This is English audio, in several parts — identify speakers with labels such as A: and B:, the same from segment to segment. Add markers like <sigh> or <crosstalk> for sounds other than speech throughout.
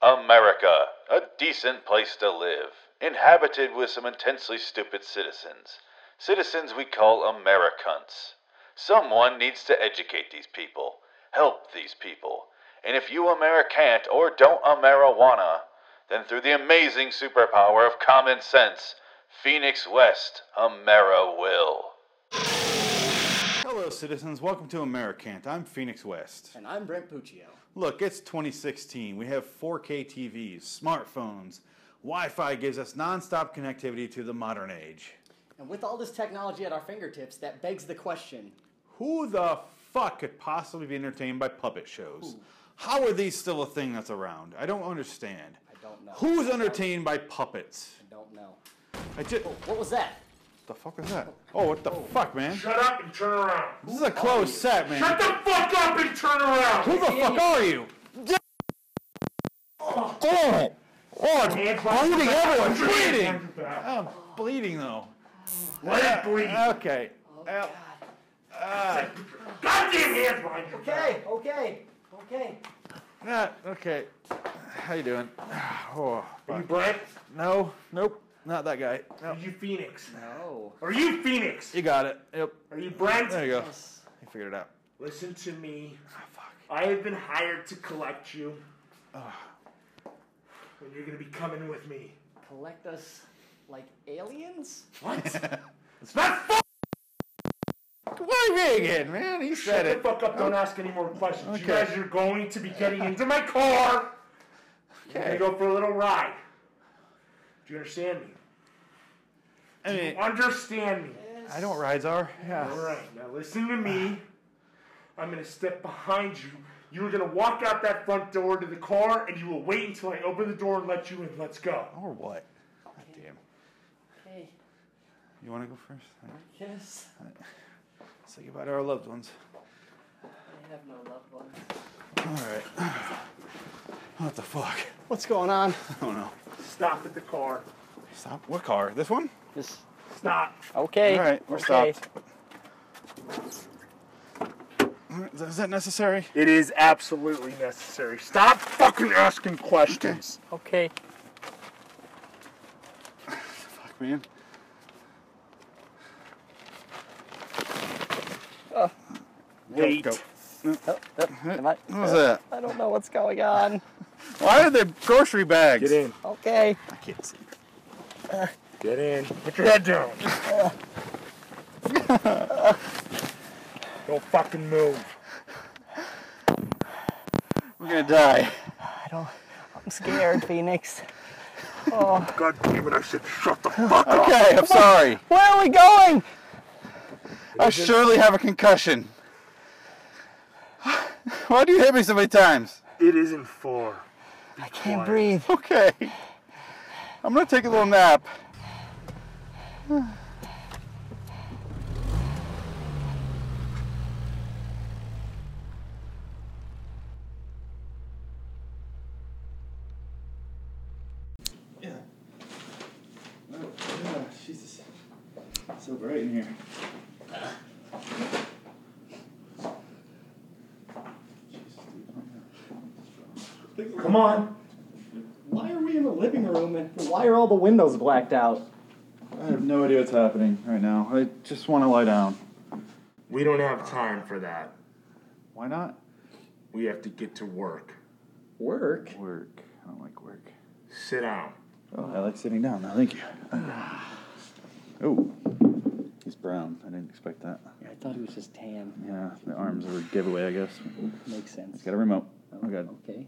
A: America, a decent place to live, inhabited with some intensely stupid citizens. Citizens we call Americans. Someone needs to educate these people, help these people. And if you American't or don't Amerijuana, then through the amazing superpower of common sense, Phoenix West, Amera will.
B: Hello, citizens. Welcome to Americant. I'm Phoenix West.
C: And I'm Brent Puccio.
B: Look, it's 2016. We have 4K TVs, smartphones. Wi Fi gives us nonstop connectivity to the modern age.
C: And with all this technology at our fingertips, that begs the question
B: Who the fuck could possibly be entertained by puppet shows? How are these still a thing that's around? I don't understand.
C: I don't know.
B: Who's entertained by puppets?
C: I don't know.
B: I just.
C: What was that?
B: The fuck is that? Oh, what the fuck, man?
D: Shut up and turn around.
B: This is a closed set, man.
D: Shut the fuck up and turn around.
B: Who the fuck are you?
E: Damn it! Oh, it's
D: Hands
E: bleeding everywhere.
D: behind your back.
B: bleeding.
D: Hands behind your back.
B: I'm bleeding though.
D: Let it bleed.
B: Okay. Ow.
D: Goddamn hands behind your back.
C: Okay, okay, okay.
B: Ah, okay. How you doing? Oh,
D: Are you
B: fuck.
D: Brent?
B: no, nope, not that guy. No,
D: Are you Phoenix?
C: No.
D: Are you Phoenix?
B: you got it. Yep.
D: Are you Brent?
B: There you go.
C: Yes.
B: You figured it out.
D: Listen to me.
B: Ah, fuck.
D: I have been hired to collect you.
B: Ah.
D: And you're gonna be coming with me.
C: Collect us like aliens?
D: <laughs>
B: <laughs>
D: What? it's not fuck.
B: Why me again, man? He said
D: Shut the
B: it.
D: fuck up. Don't ask any more questions. You
B: Okay.
D: guys are going to be getting into my car.
B: <laughs> Okay.
D: We're gonna go for a little ride. Do you understand me?
B: I mean,
D: Understand me.
B: I know what rides are. Yeah.
D: All right, now listen to me. I'm gonna step behind you. You're gonna walk out that front door to the car, and you will wait until I open the door and let you in. Let's go.
B: Or what? God damn.
C: Okay.
B: You want to go first? All right.
C: Yes.
B: Let's say goodbye to our loved ones.
C: I have no loved ones.
B: All right. <sighs> What the fuck?
C: What's going on?
B: I don't know.
D: Stop at the car.
B: Stop. What car? This one?
C: Just
D: Stop.
C: okay.
B: All right, we're
C: okay.
B: stopped. Is that necessary?
D: It is absolutely necessary. Stop fucking asking questions.
C: Okay.
B: Fuck, man.
D: Wait.
B: go.
E: Am I,
B: What was that?
E: I don't know what's going on.
B: Why are there grocery bags?
D: Get in.
E: Okay.
B: I can't see.
D: Get in. Put your head <laughs> down. Don't fucking move.
B: We're gonna die.
E: I don't.
C: <laughs>
E: I'm scared, Phoenix.
D: God damn it! I said shut the fuck up.
B: Okay, I'm sorry.
E: Where are we going?
B: I surely have a concussion. <sighs> Why do you hit me so many times?
D: It isn't far.
E: I can't breathe.
B: <laughs> Okay. I'm gonna take a little nap. Yeah. Oh, yeah, Jesus. So bright in here.
C: Come on. Why are we in the living room and why are all the windows blacked out?
B: I have no idea what's happening right now. I just want to lie down.
D: We don't have time for that.
B: Why not?
D: We have to get to work.
C: Work?
B: Work. I don't like work.
D: Sit down.
B: Oh, I like sitting down now. Thank you. <sighs> Oh, he's brown. I didn't expect that.
C: I thought it was just tan.
B: Yeah, the arms are a giveaway, I guess.
C: Makes sense.
B: He's got a remote. Oh, God.
C: Okay.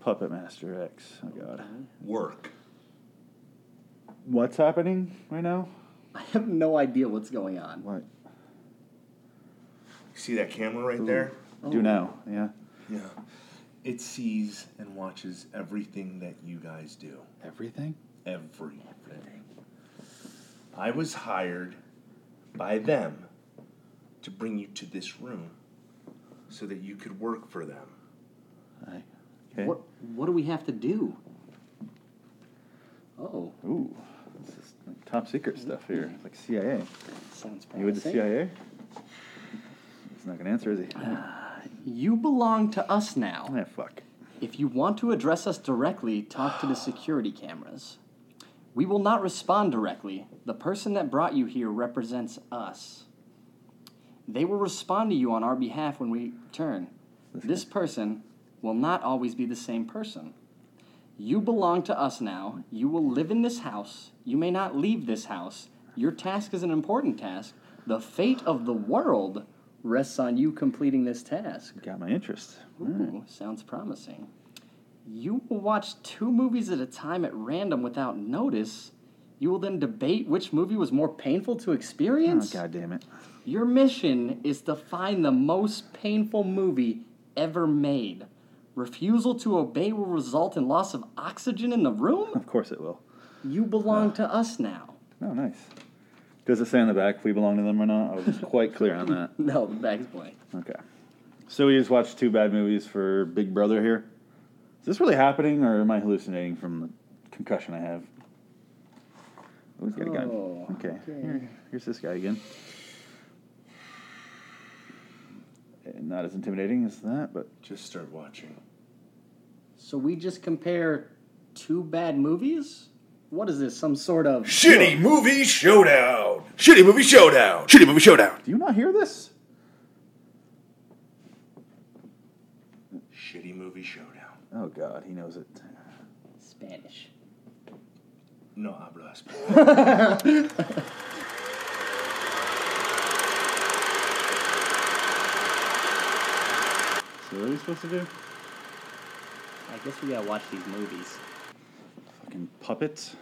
B: Puppet Master X. Oh, God.
F: work.
B: What's happening right now?
C: I have no idea what's going on.
B: What?
F: See that camera right there?
B: Do now. Yeah.
F: Yeah. It sees and watches everything that you guys do.
B: Everything?
F: Everything. I was hired by them to bring you to this room so that you could work for them.
B: I, okay.
C: What what do we have to do? Oh,
B: Ooh. This is like top secret stuff here. It's like CIA.
C: sounds promising.
B: You with the CIA? He's not going to answer, is he?
C: you belong to us now.
B: Yeah, fuck.
C: If you want to address us directly, talk to the security cameras. We will not respond directly. The person that brought you here represents us. They will respond to you on our behalf when we return. This person will not always be the same person. You belong to us now. You will live in this house. You may not leave this house. Your task is an important task. The fate of the world rests on you completing this task.
B: Got my interest.
C: Ooh, sounds promising. You will watch two movies at a time at random without notice. You will then debate which movie was more painful to
B: Oh,
C: experience.
B: God damn it. <laughs>
C: Your mission is to find the most painful movie ever made. Refusal to obey will result in loss of oxygen in the room?
B: <laughs> Of course it will.
C: You belong to
B: <laughs>
C: us now.
B: Oh, nice. Does it say on the back if we belong to them or not? I <laughs> was quite clear on that.
C: No, the bag's blank.
B: Okay. So we just watched two bad movies for Big Brother here. Is this really happening, or am I hallucinating from the concussion I have? Oh, he's got a gun.
C: Oh,
B: okay. Here- here's this guy again. Eh, Not as intimidating as that, but
F: Just start watching.
C: So we just compare two bad movies? What is this? Some sort of
G: Shitty movie showdown. Shitty movie showdown. Shitty movie showdown.
B: do you not hear this?
F: Shitty movie showdown.
B: Oh God, he knows it.
C: Spanish.
F: No hablo español.
B: So what are we supposed to do?
C: I guess we gotta watch these movies.
B: Fucking puppets.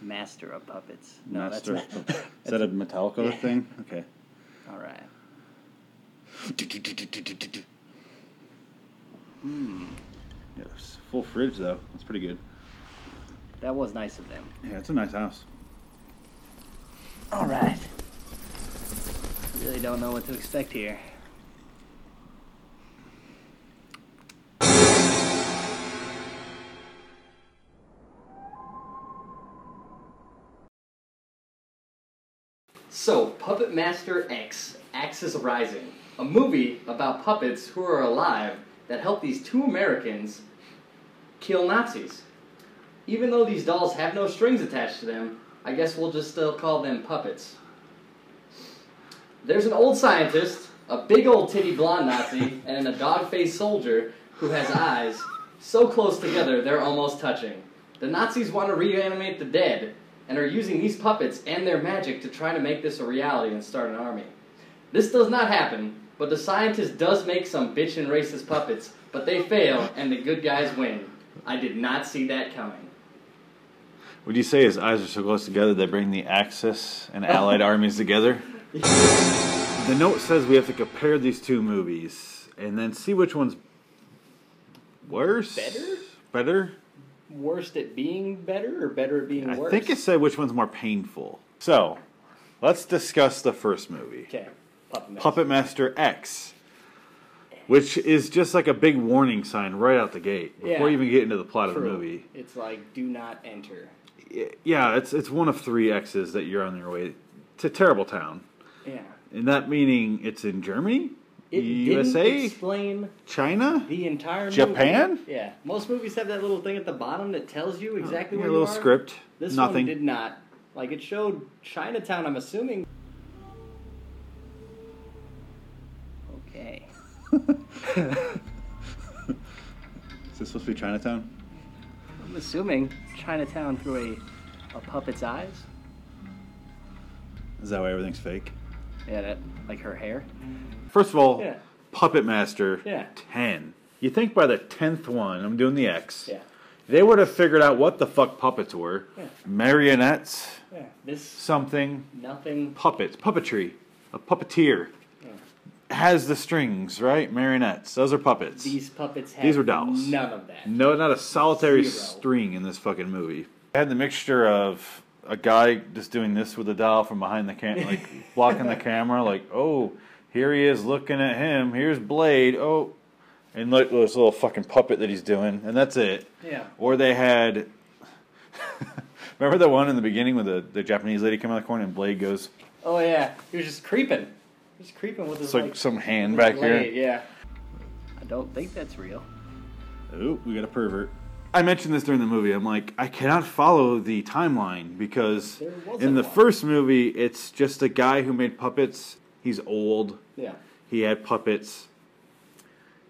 C: Master of Puppets. No,
B: Master. <laughs>
C: that's not.
B: Is that a Metallica thing? Okay.
C: All right.
B: Hmm. Yeah, it's full fridge though. That's pretty good.
C: That was nice of them.
B: Yeah, it's a nice house.
E: All right.
C: Really don't know what to expect here. So, Puppet Master X, Axis Rising, a movie about puppets who are alive that help these two Americans kill Nazis. Even though these dolls have no strings attached to them, I guess we'll just still call them puppets. There's an old scientist, a big old titty blonde Nazi, and a dog faced soldier who has eyes so close together they're almost touching. The Nazis want to reanimate the dead and are using these puppets and their magic to try to make this a reality and start an army. This does not happen, but the scientist does make some bitchin' racist puppets, but they fail and the good guys win. I did not see that coming.
B: Would you say his eyes are so close together they bring the Axis and
C: <laughs>
B: Allied armies together? the note says we have to compare these two movies and then see which one's worse.
C: Better?
B: Better?
C: Worst at being better or better at being
B: I think it said which one's more painful. So, let's discuss the first movie.
C: Okay. Puppet Master.
B: Puppet Master X, which is just like a big warning sign right out the gate before
C: Yeah.
B: you even get into the plot of the
C: True.
B: movie.
C: It's like do not enter.
B: Yeah, it's it's one of three X's that you're on your way to Terrible Town,
C: Yeah.
B: and that meaning it's in Germany,
C: It
B: USA,
C: didn't explain
B: China.
C: the entire
B: Japan?
C: movie. Yeah. Most movies have that little thing at the bottom that tells you exactly
B: Yeah,
C: where
B: a
C: you
B: little
C: are.
B: script.
C: This
B: Nothing.
C: one did not. Like it showed Chinatown, I'm assuming. Okay.
B: Is this supposed to be Chinatown?
C: I'm assuming Chinatown through a, a puppet's eyes.
B: Is that why everything's fake?
C: Yeah, that like her hair.
B: First of all,
C: Yeah.
B: Puppet Master
C: Yeah.
B: ten. You think by the tenth one, I'm doing the X.
C: Yeah.
B: They would have figured out what the fuck puppets were.
C: Yeah.
B: Marionettes,
C: Yeah. This
B: something,
C: nothing
B: puppets, puppetry, a puppeteer has the strings, right? Marionettes, those are puppets.
C: these puppets have
B: These were dolls.
C: None of that.
B: no, not a solitary
C: Zero.
B: string in this fucking movie. I had the mixture of a guy just doing this with a doll from behind the
C: <laughs>
B: camera, like blocking the camera, like, oh, here he is looking at him. Here's Blade. Oh, and look, this little fucking puppet that he's doing, and that's it.
C: Yeah.
B: Or they had. <laughs> Remember the one in the beginning with the, the Japanese lady coming out of the corner and Blade goes,
C: Oh yeah, he was just creeping. He was creeping with his
B: it's like some hand back here.
C: blade, Yeah. I don't think that's real.
B: Oh, we got a pervert. I mentioned this during the movie. I'm like, I cannot follow the timeline because
C: There wasn't
B: in the
C: one.
B: first movie, it's just a guy who made puppets. He's old.
C: Yeah.
B: He had puppets.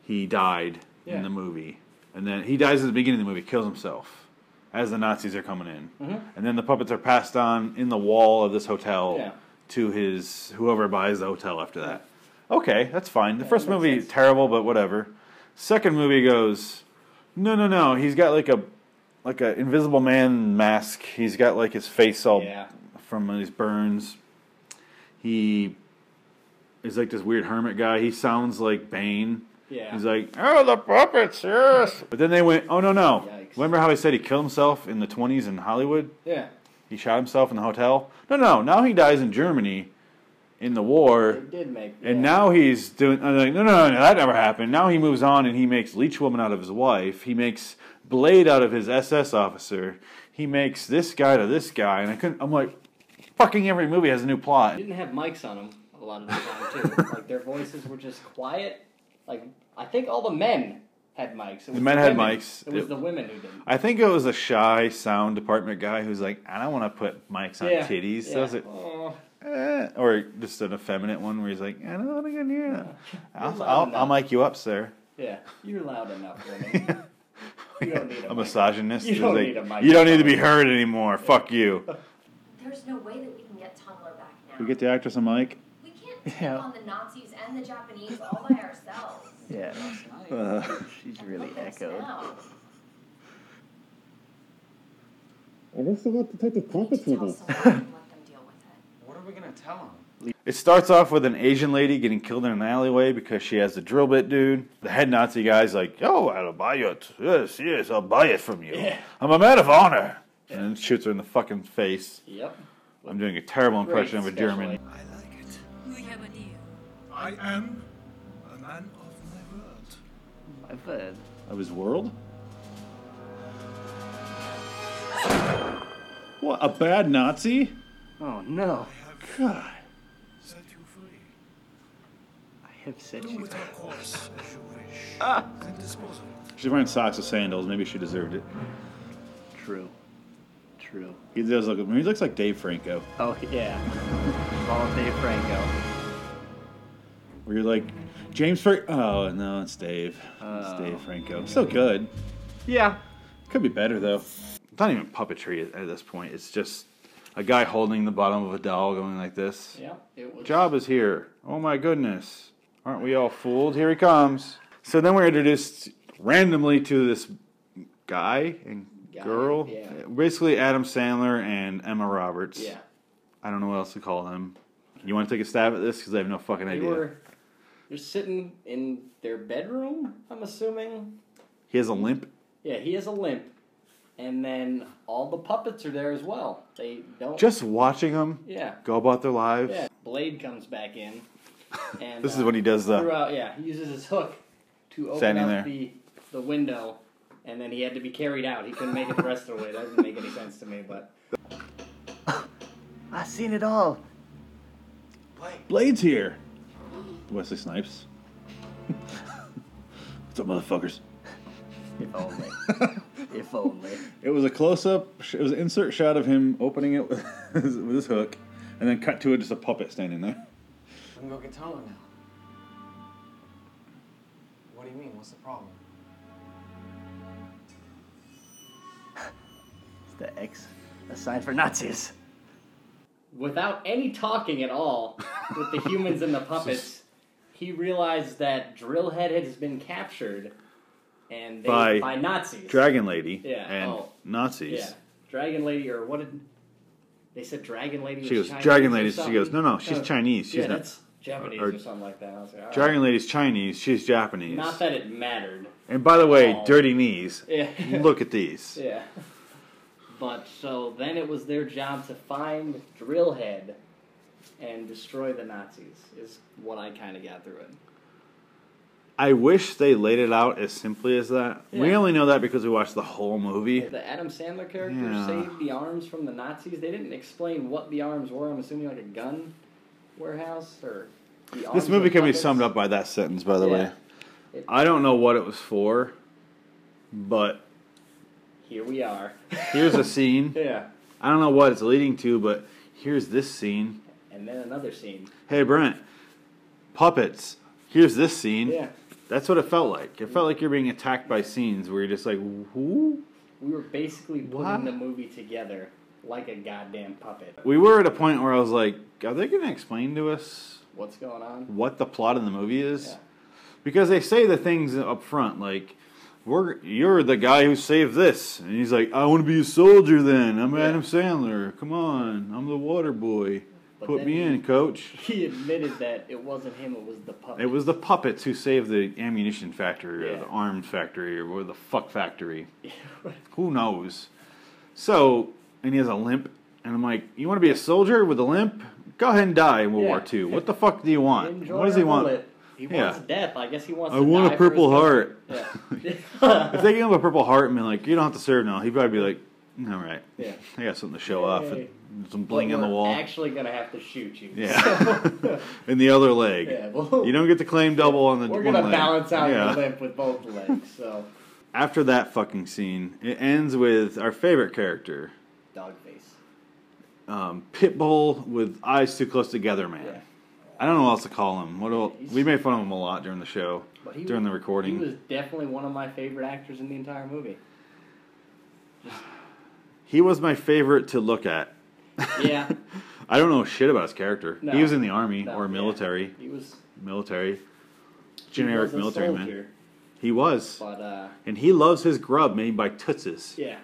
B: He died
C: Yeah.
B: in the movie. And then he dies at the beginning of the movie, kills himself as the Nazis are coming in.
C: Mm-hmm.
B: And then the puppets are passed on in the wall of this hotel
C: Yeah.
B: to his whoever buys the hotel after that. Okay, that's fine. The first movie is terrible, but whatever. Second movie goes, no, no, no. He's got like a like a invisible man mask. He's got like his face all
C: Yeah.
B: from his burns. He is like this weird hermit guy. He sounds like Bane.
C: Yeah.
B: He's like, oh, the puppets, yes. But then they went, oh, no, no.
C: Yikes.
B: Remember how I said he killed himself in the 20s in Hollywood?
C: Yeah.
B: He shot himself in the hotel? No, no. Now he dies in Germany in the war.
C: It did make.
B: And
C: yeah.
B: now he's doing. I'm like, no, no, no, no, that never happened. Now he moves on and he makes Leech Woman out of his wife. He makes Blade out of his SS officer. He makes this guy to this guy. And I couldn't. I'm like, fucking every movie has a new plot.
C: didn't have mics on them a lot of the time
B: <laughs>
C: too. like their voices were just quiet. Like I think all the men had mics. It was
B: men had
C: women-
B: mics.
C: It was
B: It-
C: the women who didn't.
B: I think it was a shy sound department guy who's like, I don't want to put mics on
C: Yeah,
B: Ah, titties. So I
C: yeah.
B: was like,
C: Oh,
B: eh. or just an effeminate one where he's like, I don't want to get near
C: <laughs>
B: that. I'll,
C: loud
B: I'll, I'll
C: enough.
B: mic you up, sir. <laughs>
C: yeah, you're loud enough, women. You don't need a
B: a
C: mic.
B: misogynist.
C: You
B: who's
C: don't
B: like,
C: need a mic.
B: You don't need to be heard anymore. Fuck you.
H: There's no way that we can get Tumblr back now.
B: We get the actress a mic.
H: We can't take
E: <laughs> Yeah.
H: on the Nazis and the Japanese all by ourselves.
E: <laughs> Yeah,
I: Uh,
E: she's really
H: Help us
E: echoed.
H: now.
I: I wish they had to take the
H: Need
I: carpet
H: to
I: with
H: tell
I: us.
H: someone and let them deal
J: <laughs>
H: with it.
B: It starts off with an Asian lady getting killed in an alleyway because she has the drill bit dude. The head Nazi guy's like, "Yo, I'll buy it. Yes, yes, I'll buy it from you. I'm a man of honor." And then shoots her in the fucking face.
C: Yep.
B: I'm doing a terrible
C: Great
B: impression of a
C: special
B: German.
C: ed.
K: I like it.
L: We have a deal.
K: I am a man of my world.
E: I've heard.
B: Of his world? What, a bad Nazi?
C: Oh no,
B: God.
K: Set you free.
C: I have said Ah!
K: Do
C: you.
K: with our corpse as you
C: <laughs>
K: wish. Then dispose of it.
B: She's wearing socks with sandals. Maybe she deserved it.
C: True. True.
B: He does look. He looks like Dave Franco.
C: Oh yeah. All day Franco.
B: Where you're like, James Franco. Oh, no, it's Dave.
C: Oh.
B: It's Dave Franco. Still good.
C: Yeah.
B: Could be better, though. It's not even puppetry at, at this point. It's just a guy holding the bottom of a doll going like this.
C: Yep. It was.
B: Job is here. Oh, my goodness. Aren't we all fooled? Here he comes. So then we're introduced randomly to this guy and
C: Guy,
B: girl.
C: yeah.
B: Basically, Adam Sandler and Emma Roberts.
C: Yeah.
B: I don't know what else to call them. You want to take a stab at this? Because I have no fucking
C: They
B: idea.
C: were. You're sitting in their bedroom. I'm assuming.
B: He has a limp.
C: Yeah, he has a limp, and then all the puppets are there as well. They don't.
B: Just watching him
C: yeah,
B: go about their lives.
C: yeah. Blade comes
B: <laughs>
C: back in, and
B: This
C: uh,
B: is what he does, though.
C: throughout. Yeah, he uses his hook to open
B: Standing
C: up
B: there.
C: the the window, and then he had to be carried out. He couldn't make it the rest of the way. That doesn't make any sense to me, but
E: I've seen it all.
B: Blade's here. Wesley Snipes. <laughs> What's up, motherfuckers? <laughs>
E: If only. if only.
B: It was a close up. It was an insert shot of him opening it <laughs> with his, with his hook, and then cut to it just a puppet standing there.
K: I'm going to tell him now. What do you mean? What's the problem?
E: It's the X, a sign for Nazis.
C: without any talking at all with the
B: <laughs>
C: humans and the puppets, he realized that Drillhead has been captured, and they,
B: By
C: Nazis.
B: Dragon Lady
C: Yeah,
B: and
C: oh.
B: Nazis.
C: Yeah, Dragon Lady, or what did they said? Dragon Lady.
B: She
C: was
B: goes,
C: Chinese
B: "Dragon
C: or
B: Lady," she
C: something?" Oh.
B: goes, "No, no, she's Chinese, she's
C: yeah,
B: not-
C: that's Japanese
B: or-
C: or, something like that." I was like, "All
B: Dragon Lady's Chinese. She's
C: right."
B: Japanese.
C: Not that it mattered.
B: and by the way,
C: Oh.
B: dirty knees.
C: Yeah.
B: <laughs> Look at these.
C: yeah. <laughs> But so then it was their job to find Drillhead and destroy the Nazis. Is what I kind of got through it.
B: I wish they laid it out as simply as that. We
C: Yeah.
B: only know that because we watched the whole movie.
C: The Adam Sandler character
B: Yeah.
C: saved the arms from the Nazis. They didn't explain what the arms were. I'm assuming like a gun warehouse or. The
B: This
C: arms
B: movie
C: were
B: can be
C: puppets.
B: summed up by that sentence, by the
C: Yeah.
B: way. I don't know what it was for, but
C: Here
B: <laughs>
C: we are.
B: here's a scene.
C: yeah.
B: I don't know what it's leading to, but here's this scene.
C: And then another scene.
B: Hey, Brent, puppets. Here's this scene.
C: Yeah.
B: That's what it felt like. It felt like you're being attacked by scenes where you're just like, who?
C: We were basically putting
B: What?
C: the movie together like a goddamn puppet.
B: We were at a point where I was like, are they going to explain to us
C: What's going on?
B: what the plot of the movie is?
C: Yeah.
B: Because they say the things up front, like, we're, you're the guy who saved this. And he's like, I want to be a soldier then. I'm Adam Sandler. Come on. I'm the water boy.
C: But
B: Put
C: then
B: me
C: he-
B: in, coach.
C: He admitted that it wasn't him, it was the puppet.
B: It was the puppets who saved the ammunition factory or
C: Yeah.
B: the arms factory or what the fuck
C: <laughs>
B: factory.
C: was.
B: Who knows? So, and he has a limp. And I'm like, you want to be a soldier with a limp? Go ahead and die in World
C: Yeah.
B: War II. What the fuck do you want?
C: Enjoy
B: what does he
C: our
B: want?
C: bullet. He
B: Yeah.
C: wants death. I guess he wants.
B: I
C: to
B: want a
C: die for
B: Purple
C: his
B: <laughs>
C: country. Yeah.
B: If they give him a Purple Heart and be like, you don't have to serve now, he'd probably be like, "Mm, all right.
C: Yeah.
B: I got something to show off.
C: Yay.
B: and Some
C: But
B: bling on the
C: we're
B: wall.
C: Actually, gonna have to shoot you.
B: <laughs> yeah. and the other leg.
C: <laughs> Yeah, well-
B: you don't get to claim double on the
C: We're
B: one
C: gonna
B: leg.
C: balance out
B: Yeah.
C: your limp with both legs. So,
B: After that fucking scene, it ends with our favorite character,
C: dog face.
B: um, Pitbull with eyes too close together, man.
C: Yeah.
B: I don't know what else to call him. What el
C: he's-
B: we made fun of him a lot during the show,
C: But he
B: during
C: was-
B: the recording.
C: He was definitely one of my favorite actors in the entire movie.
B: <laughs> my favorite to look at.
C: Yeah.
B: I don't know shit about his character.
C: No.
B: he was in the army
C: No,
B: or
C: yeah.
B: military,
C: He was
B: military,
C: he
B: generic
C: was a
B: military man.
C: soldier,
B: He was,
C: But uh,
B: and he loves his grub made by Toots's.
C: yeah.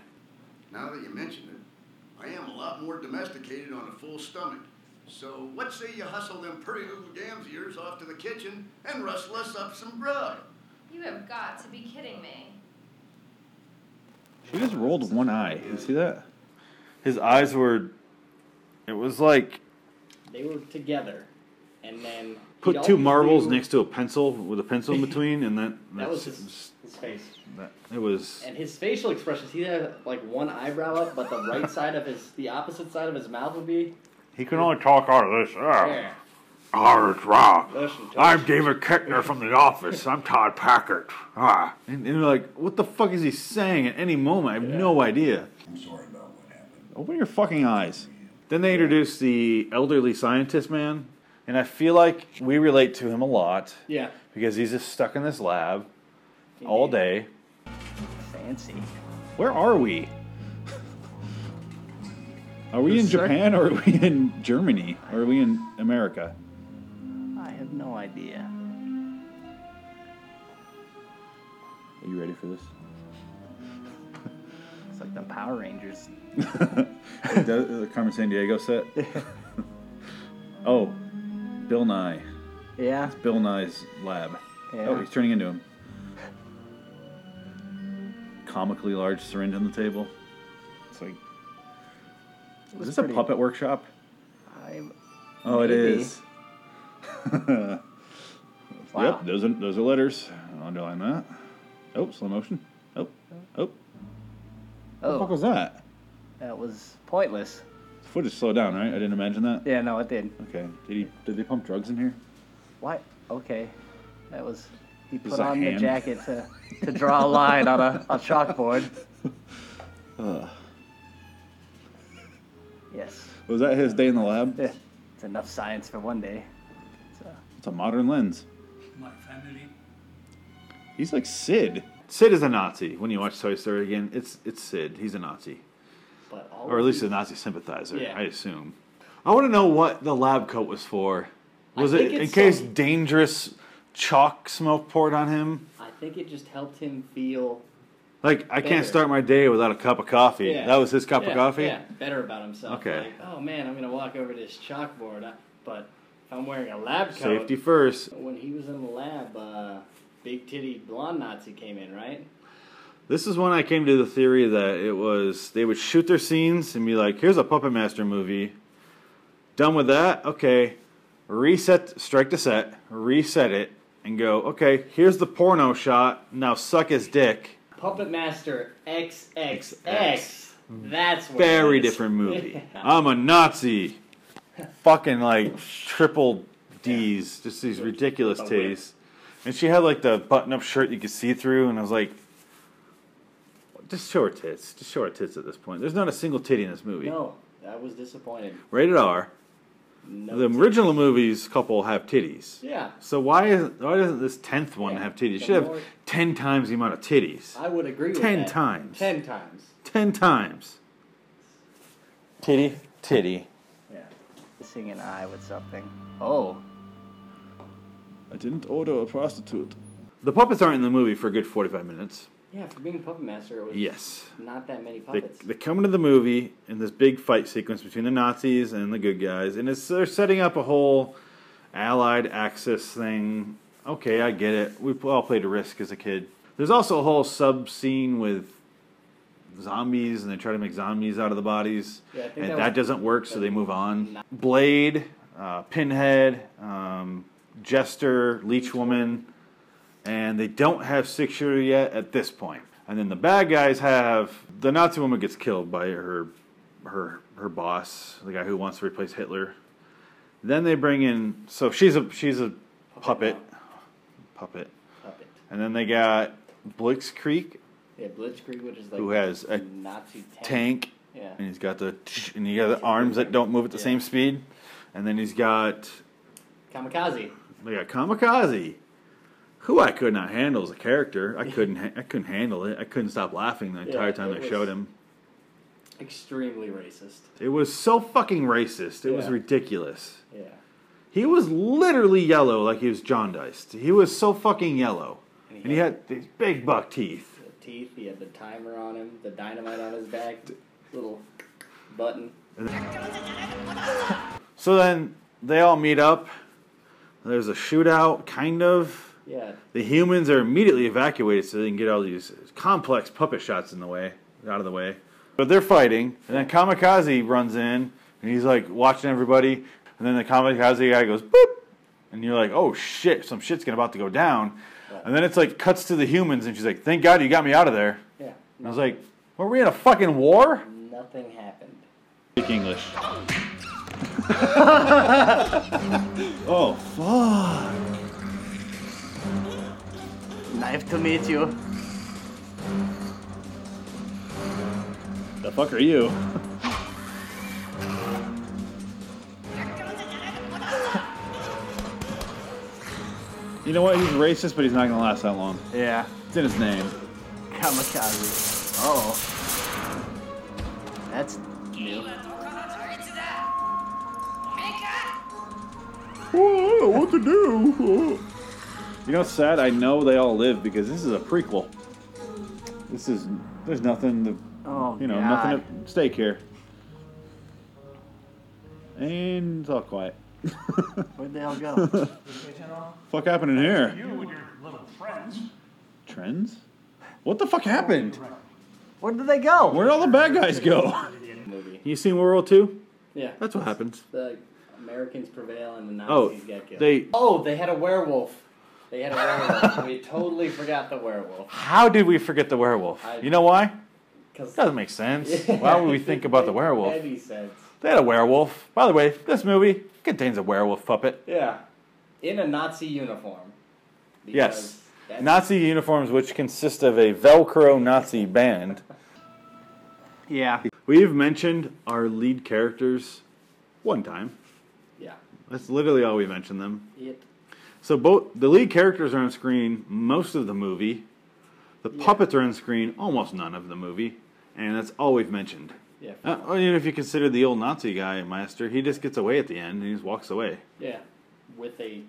K: Now that you mention it, I am a lot more domesticated on a full stomach. So what say you hustle them pretty little gams of yours off to the kitchen and rustle us up some grub?
H: You have got to be kidding me.
B: He just rolled one eye. You see that? His eyes were. It was like
C: They were together, and then he'd
B: put two
C: always
B: marbles
C: do-
B: next to a pencil with a
C: <laughs>
B: pencil in between, and then
C: That was
B: that's-
C: his, his face.
B: that- it was.
C: And his facial expressions, he had like one eyebrow up, but the right side of his, the opposite side of his mouth would be
B: He can only talk out of this.
C: there. Listen to us.
B: David Kettner from the office. I'm Todd Packard. Ah. And, and you're like, what the fuck is he saying at any moment? I have no idea.
G: I'm sorry about what happened.
B: Open your fucking eyes. Then they introduce the elderly scientist man, and I feel like we relate to him a lot
C: Yeah.
B: because he's just stuck in this lab all day.
E: Fancy.
B: Where are we? Are we in Japan or are we in Germany? Or are we in America?
E: I have no idea.
B: Are you ready for this?
E: <laughs> It's like the Power Rangers.
B: the Carmen San Diego
E: <laughs>
B: set? oh, Bill Nye.
E: Yeah.
B: Bill Nye's lab.
E: Yeah.
B: Oh, he's turning into him. Comically large syringe on the table. It's like, is this a puppet workshop?
E: I,
B: Oh, it
E: Maybe. <laughs>
B: is.
E: Wow.
B: Yep, those are those are letters. I'll underline that. Oh, slow motion. Oh, oh. What the fuck
E: oh,
B: was that?
E: that was pointless.
B: The footage slowed down, right? I didn't imagine that.
E: Yeah, no, it did.
B: Okay. Did he? Did they pump drugs in here?
E: Why? Okay, that was. He
B: was
E: put
B: a
E: on the
B: hand.
E: jacket to, to draw a line on a, a chalkboard.
B: Ugh.
E: Yes,
B: Was that his day in the lab?
E: Eh, it's enough science for one day.
B: It's a modern lens.
K: My family.
B: He's like Sid. Sid is a Nazi. When you watch Toy Story again, it's it's Sid. He's a Nazi,
C: But all
B: or at least a Nazi sympathizer.
C: Yeah.
B: I assume. I want to know what the lab coat was for. Was it
C: think
B: in
C: it's
B: case
C: some-
B: dangerous chalk smoke poured on him?
C: I think it just helped him feel
B: Like I
C: Better.
B: can't start my day without a cup of coffee.
C: Yeah.
B: That was his cup
C: yeah,
B: of coffee.
C: Yeah, better about himself.
B: Okay.
C: Like, oh man, I'm gonna walk over to this chalkboard, I- but if I'm wearing a lab coat.
B: Safety first.
C: When he was in the lab, uh, big titty blonde Nazi came in, right?
B: This is when I came to the theory that it was they would shoot their scenes and be like, "Here's a Puppet Master movie. Done with that, okay. Reset, strike the set, reset it, and go. Okay, here's the porno shot. Now suck his dick.
C: Puppet Master XXX.
B: XX.
C: That's what
B: Very
C: it is. <laughs>
B: different movie.
C: Yeah.
B: I'm a Nazi. Fucking like triple D's, just these ridiculous
C: With a whip.
B: tastes. And she had like the button-up shirt you could see through, and I was like, just show her tits, just show her tits at this point. There's not a single titty in this movie.
C: No, I was disappointed.
B: Rated R.
C: No
B: the
C: titty.
B: original movies couple have titties.
C: Yeah.
B: So why is why doesn't this tenth one have titties? It
C: the
B: should have
C: more-
B: ten times the amount of titties.
C: I would agree with
B: Ten
C: that.
B: times.
C: Ten times.
B: Ten times. Titty, titty.
C: Yeah.
E: Missing an eye with something.
C: Oh.
B: I didn't order a prostitute. The puppets aren't in the movie for a good forty-five minutes.
C: Yeah, for being puppet master, it was
B: Yes.
C: not that many
B: They,
C: puppets.
B: they come into the movie in this big fight sequence between the Nazis and the good guys, and it's they're setting up a whole Allied Axis thing. Okay, I get it. We all played Risk as a kid. There's also a whole sub scene with zombies, and they try to make zombies out of the bodies,
C: Yeah, I think
B: and
C: that
B: that,
C: was-
B: doesn't work, so they move on. Blade, uh, Pinhead, um, Jester, Leech Woman and they don't have six shooter yet at this point. And then the bad guys have the Nazi woman gets killed by her her her boss, the guy who wants to replace Hitler. Then they bring in so she's a she's a puppet puppet.
C: Puppet.
B: And then they got Blix Creek
C: Yeah, Blitzkrieg, which is like
B: who has a
C: Nazi
B: tank
C: tank. Yeah.
B: and he's got the and he got the arms that don't move at the same speed. And then he's got
C: Kamikaze.
B: They got Kamikaze, who I could not handle as a character.
C: <laughs>
B: I couldn't. Ha- I couldn't handle it. I couldn't stop laughing the entire time
C: it
B: they
C: was-
B: showed him.
C: Extremely racist.
B: It was so fucking racist. It was
C: Yeah.
B: ridiculous.
C: Yeah.
B: He was literally yellow, like he was jaundiced. He was so fucking yellow,
C: And he
B: and he had these big buck teeth.
C: The teeth, he had the timer on him, the dynamite on his back, little button.
B: So then they all meet up. There's a shootout, kind of.
C: Yeah.
B: The humans are immediately evacuated so they can get all these complex puppet shots in the way, out of the way. But they're fighting, and then Kamikaze runs in, and he's like watching everybody. And then the Kamikaze guy goes boop, and you're like, oh shit, some shit's gonna about to go down. And then it's like cuts to the humans, and she's like, thank God you got me out of there.
C: Yeah.
B: And I was like, were we in a fucking war?
C: Nothing happened.
B: Speak English. oh fuck!
E: Knife to meet you.
B: The fuck are you? You know what? He's racist, but he's not gonna last that long.
E: Yeah.
B: It's in his name.
E: Kamikaze. Oh. That's new.
B: Oh, what to do? You know, it's sad. I know they all live because this is a prequel. This is there's nothing to
E: Oh,
B: you know
E: God.
B: nothing at stake here, and it's all quiet. <laughs>
E: Where'd they all go?
B: Fuck happening here?
D: You and your little friends.
B: Trends? What the fuck happened?
E: Where did they go?
B: Where'd all the bad guys go? <laughs>
C: Movie.
B: You seen World War II?
C: Yeah.
B: That's what happens.
C: The Americans prevail and the
B: Oh,
C: Nazis get killed.
B: they.
C: oh, they had a werewolf. They had a werewolf. we totally forgot the werewolf.
B: How did we forget the werewolf?
C: I-
B: you know why?
C: Because
B: Doesn't make <laughs> sense. Why would we think about the werewolf?
C: Any sense?
B: They had a werewolf. By the way, this movie contains a werewolf puppet.
C: Yeah. In a Nazi uniform. Because
B: Yes.
C: that's-
B: Nazi uniforms, which consist of a Velcro Nazi band.
E: Yeah.
B: <laughs> We've mentioned our lead characters one time.
C: Yeah.
B: That's literally all we mentioned them.
C: It,
B: So both the lead characters are on screen most of the movie. The puppets are on screen almost none of the movie, and that's all we've mentioned.
C: yeah.
B: Uh, well, even if you consider the old Nazi guy master, he just gets away at the end and he just walks away.
C: Yeah. With a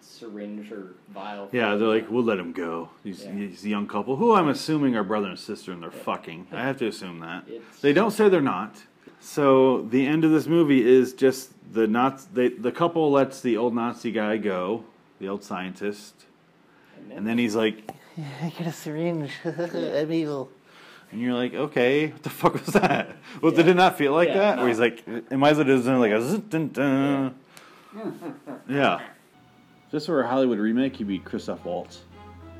C: syringe or vial.
B: Yeah, they're like, we'll let him go. These,
C: Yeah.
B: these young couple, who I'm assuming are brother and sister, and they're fucking. I have to assume that.
C: It's-
B: They don't say they're not. So the end of this movie is just the Nazi. They, the couple lets the old Nazi guy go, the old scientist, and then he's like,
E: I <laughs> get a syringe. I'm evil.
B: and you're like, okay, what the fuck was <laughs> that? Well,
C: Yeah.
B: did it not feel like
C: Yeah,
B: that?
C: no.
B: Where he's like, it might as well just like a zzz, dun, dun. yeah. <laughs> If this were a Hollywood remake, he'd be Christoph Waltz.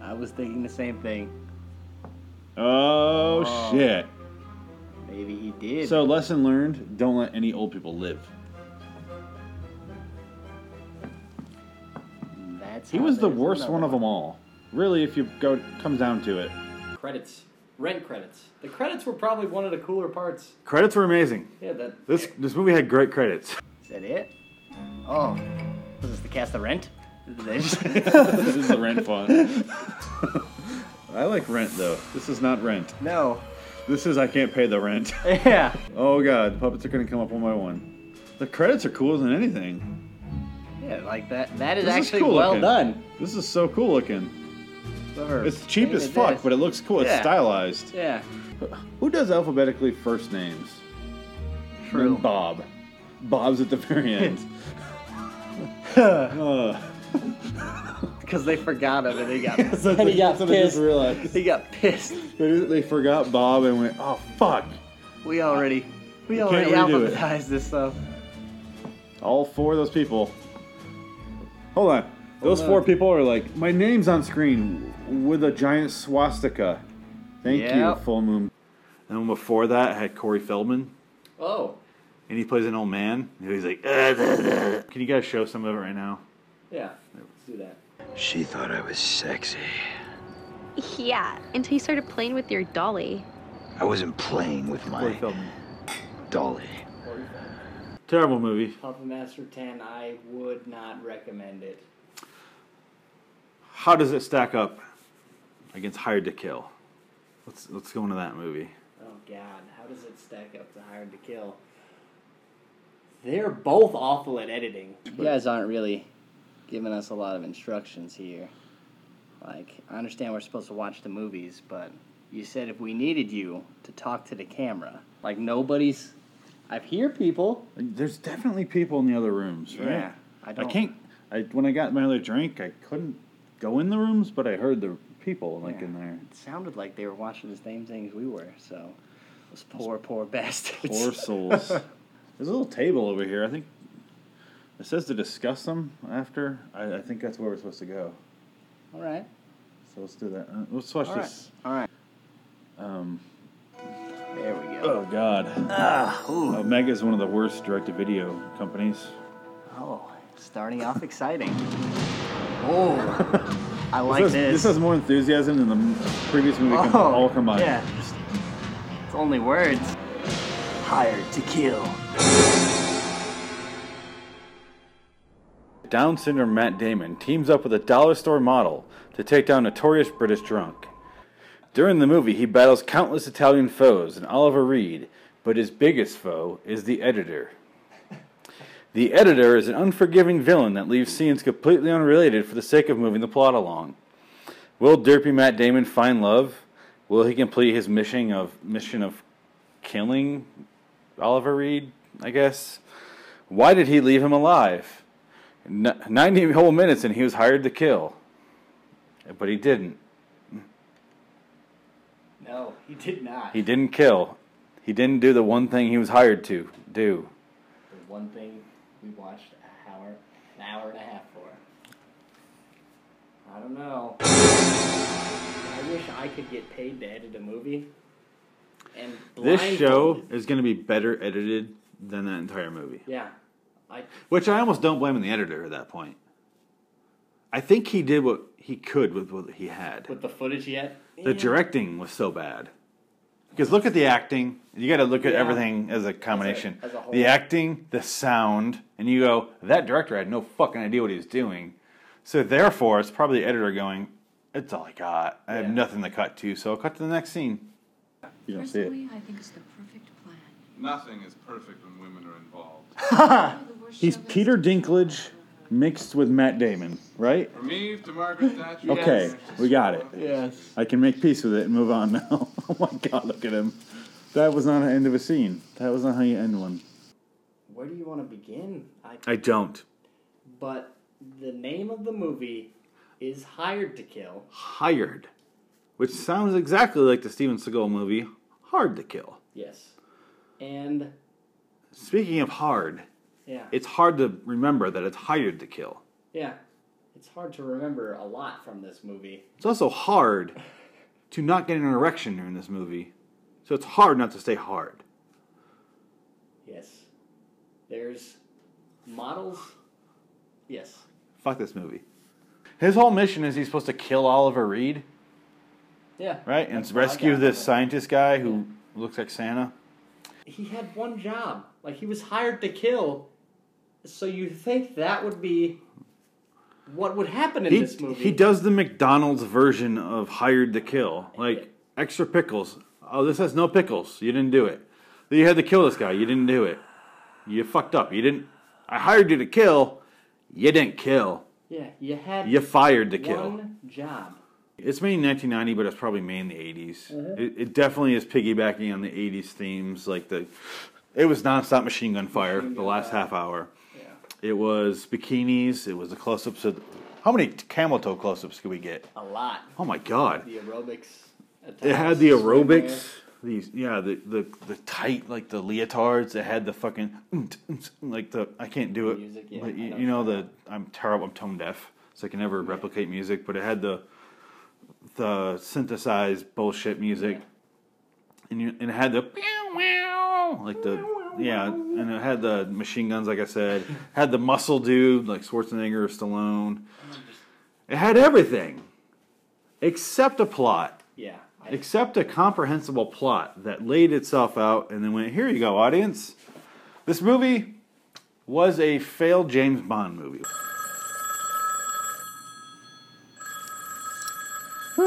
E: I was thinking the same thing.
B: Oh, shit.
E: Maybe he did.
B: So, lesson learned don't let any old people live.
E: That's
B: He was the worst one of them all. Really, if you go comes down to it.
C: Credits. Rent credits. The credits were probably one of the cooler parts.
B: Credits were amazing.
C: Yeah, that.
B: This this movie had great credits.
E: Is that it?
C: Oh. Was this the cast of Rent? They just-
B: <laughs> this is the Rent <laughs> font. I like Rent though. This is not Rent.
E: <laughs> No.
B: This is I can't pay the rent.
E: <laughs> Yeah.
B: Oh god, the puppets are gonna come up one by one. The credits are cooler than anything.
E: Yeah, like that. That is
B: This is
E: actually
B: cool
E: well
B: looking.
E: done.
B: This is so cool looking.
E: for
B: It's cheap
E: thing
B: as
E: it
B: fuck,
E: is.
B: but it looks cool. It's
E: Yeah.
B: stylized.
E: Yeah.
B: Who does alphabetically first names? <laughs>
E: True.
B: Then Bob. Bob's at the very end. Uh, Ugh.
E: Because they forgot him and he
B: <laughs>
E: got pissed.
B: That's
C: And he
B: what-
C: got
B: that's what I just
C: pissed.
B: realized.
E: he got pissed.
B: They, they forgot Bob and went, oh fuck.
E: We already we
B: You can't
E: already
B: redo it.
E: alphabetized this though.
B: All four of those people. Hold on. Those four people are like, my name's on screen with a giant swastika. Thank
E: Yep.
B: you, Full Moon. And before that, I had Corey Feldman,
C: oh.
B: and he plays an old man. And he's like, <laughs> "Uh, da, da." can you guys show some of it right now?
C: Yeah. Let's do that.
L: She thought I was sexy.
M: Yeah, until you started playing with your dolly.
L: I wasn't playing with
B: Corey
L: my
B: Feldman.
L: dolly.
B: Terrible movie.
C: Puppet Master 10, I would not recommend it.
B: How does it stack up against Hired to Kill? Let's let's go into that movie.
C: Oh God, how does it stack up to Hired to Kill? They're both awful at editing.
E: You
C: But
E: guys aren't really giving us a lot of instructions here.
C: like, I understand we're supposed to watch the movies, but you said if we needed you to talk to the camera, like nobody's. I hear people.
B: There's definitely people in the other rooms, right?
C: I
B: I
C: don't.
B: can't. I when I got my other drink, I couldn't go in the rooms, but I heard the people like in there.
C: It sounded like they were watching the same things we were. So, those poor, poor <laughs> bastards.
B: <laughs> Poor souls. There's a little table over here. I think it says to discuss them after. I, I think that's where we're supposed to go.
C: All right.
B: So let's do that. Uh, let's watch
C: All right.
B: this.
C: All right.
B: Um,
C: There we go.
B: oh God.
C: Ah, ooh.
B: Omega is one of the worst direct-to-video companies.
C: Oh, starting off exciting.
B: <laughs>
C: Oh, I like
B: this,
C: this.
B: has, this has more enthusiasm than the m- previous movie com-
C: Oh,
B: all combined.
C: Yeah. It's only words. Hired to kill.
B: Down syndrome Matt Damon teams up with a dollar store model to take down notorious British drunk. During the movie, he battles countless Italian foes and Oliver Reed, but his biggest foe is the editor. The editor is an unforgiving villain that leaves scenes completely unrelated for the sake of moving the plot along. Will derpy Matt Damon find love? Will he complete his mission of mission of killing Oliver Reed? I guess. Why did he leave him alive? N- 90 whole minutes and he was hired to kill. But he didn't.
C: No, he did not.
B: He didn't kill. He didn't do the one thing he was hired to do.
C: The one thing we watched an hour, an hour and a half for. I don't know. I wish I could get paid to edit a movie. And
B: This show
C: blindfolded.
B: is going to be better edited than that entire movie.
C: Yeah, I
B: Which I almost don't blame the editor at that point. I think he did what he could with what he had.
C: with the footage yet.
B: The directing was so bad. Because look at the acting. You got to look at
C: Yeah.
B: everything as a combination.
C: as a whole.
B: The acting, the sound, and you go, that director had no fucking idea what he was doing. So therefore, it's probably the editor going, it's all I got. I have
C: Yeah.
B: nothing to cut to, so I'll cut to the next scene. You don't see it.
J: Personally, I think it's the perfect plan.
N: Nothing is perfect when women are involved.
B: He's Peter Dinklage mixed with Matt Damon, right?
N: From Eve to Margaret Thatcher.
B: Okay, we got it.
E: Yes.
B: I can make peace with it and move on <laughs> now. oh my god, look at him. That was not the end of a scene. That was not how you end one.
C: Where do you want to begin? I
B: I don't.
C: but the name of the movie is Hired to Kill.
B: Hired, which sounds exactly like the Steven Seagal movie Hard to Kill.
C: Yes, and
B: Speaking of hard,
C: yeah,
B: it's hard to remember that it's hired to kill.
C: yeah. It's hard to remember a lot from this movie.
B: It's also hard to not get an erection during this movie, so it's hard not to stay hard.
C: Yes. There's models. Yes.
B: Fuck this movie. His whole mission is he's supposed to kill Oliver Reed,
C: Yeah.
B: right? And
C: That's what I
B: rescue
C: got.
B: this scientist guy who looks like Santa.
C: He had one job. Like he was hired to kill. So you think that would be what would happen in
B: He,
C: this movie?
B: he does the McDonald's version of hired to kill, like extra pickles. Oh, this has no pickles. You didn't do it. You had to kill this guy. You didn't do it. You fucked up. You didn't. I hired you to kill. You didn't kill.
C: Yeah, you had.
B: You fired to kill.
C: One job.
B: It's made in 1990, but it's probably made in the 80s.
C: Mhm.
B: It, it definitely is piggybacking on the 80s themes, like the. It was nonstop machine gun fire the last half hour. It was bikinis. It was the close-ups. Of, how many camel toe close-ups could we get?
C: A lot.
B: Oh my god!
C: The aerobics.
B: It had the aerobics. These yeah, the the the tight like the leotards. It had the fucking "Mm, t- mm, t- mm," like the I can't do it.
C: Music, yeah,
B: Like,
C: I
B: you,
C: know
B: you know the I'm terrible. I'm tone deaf, so I can never replicate music. But it had the the synthesized bullshit music, and you and it had the like the yeah, and it had the machine guns. Like I
C: <laughs>
B: said, had the muscle dude like Schwarzenegger or Stallone. It had everything except a plot
C: Yeah.
B: except a comprehensible plot that laid itself out and then went, here you go, audience. This movie was a failed James Bond movie. <laughs>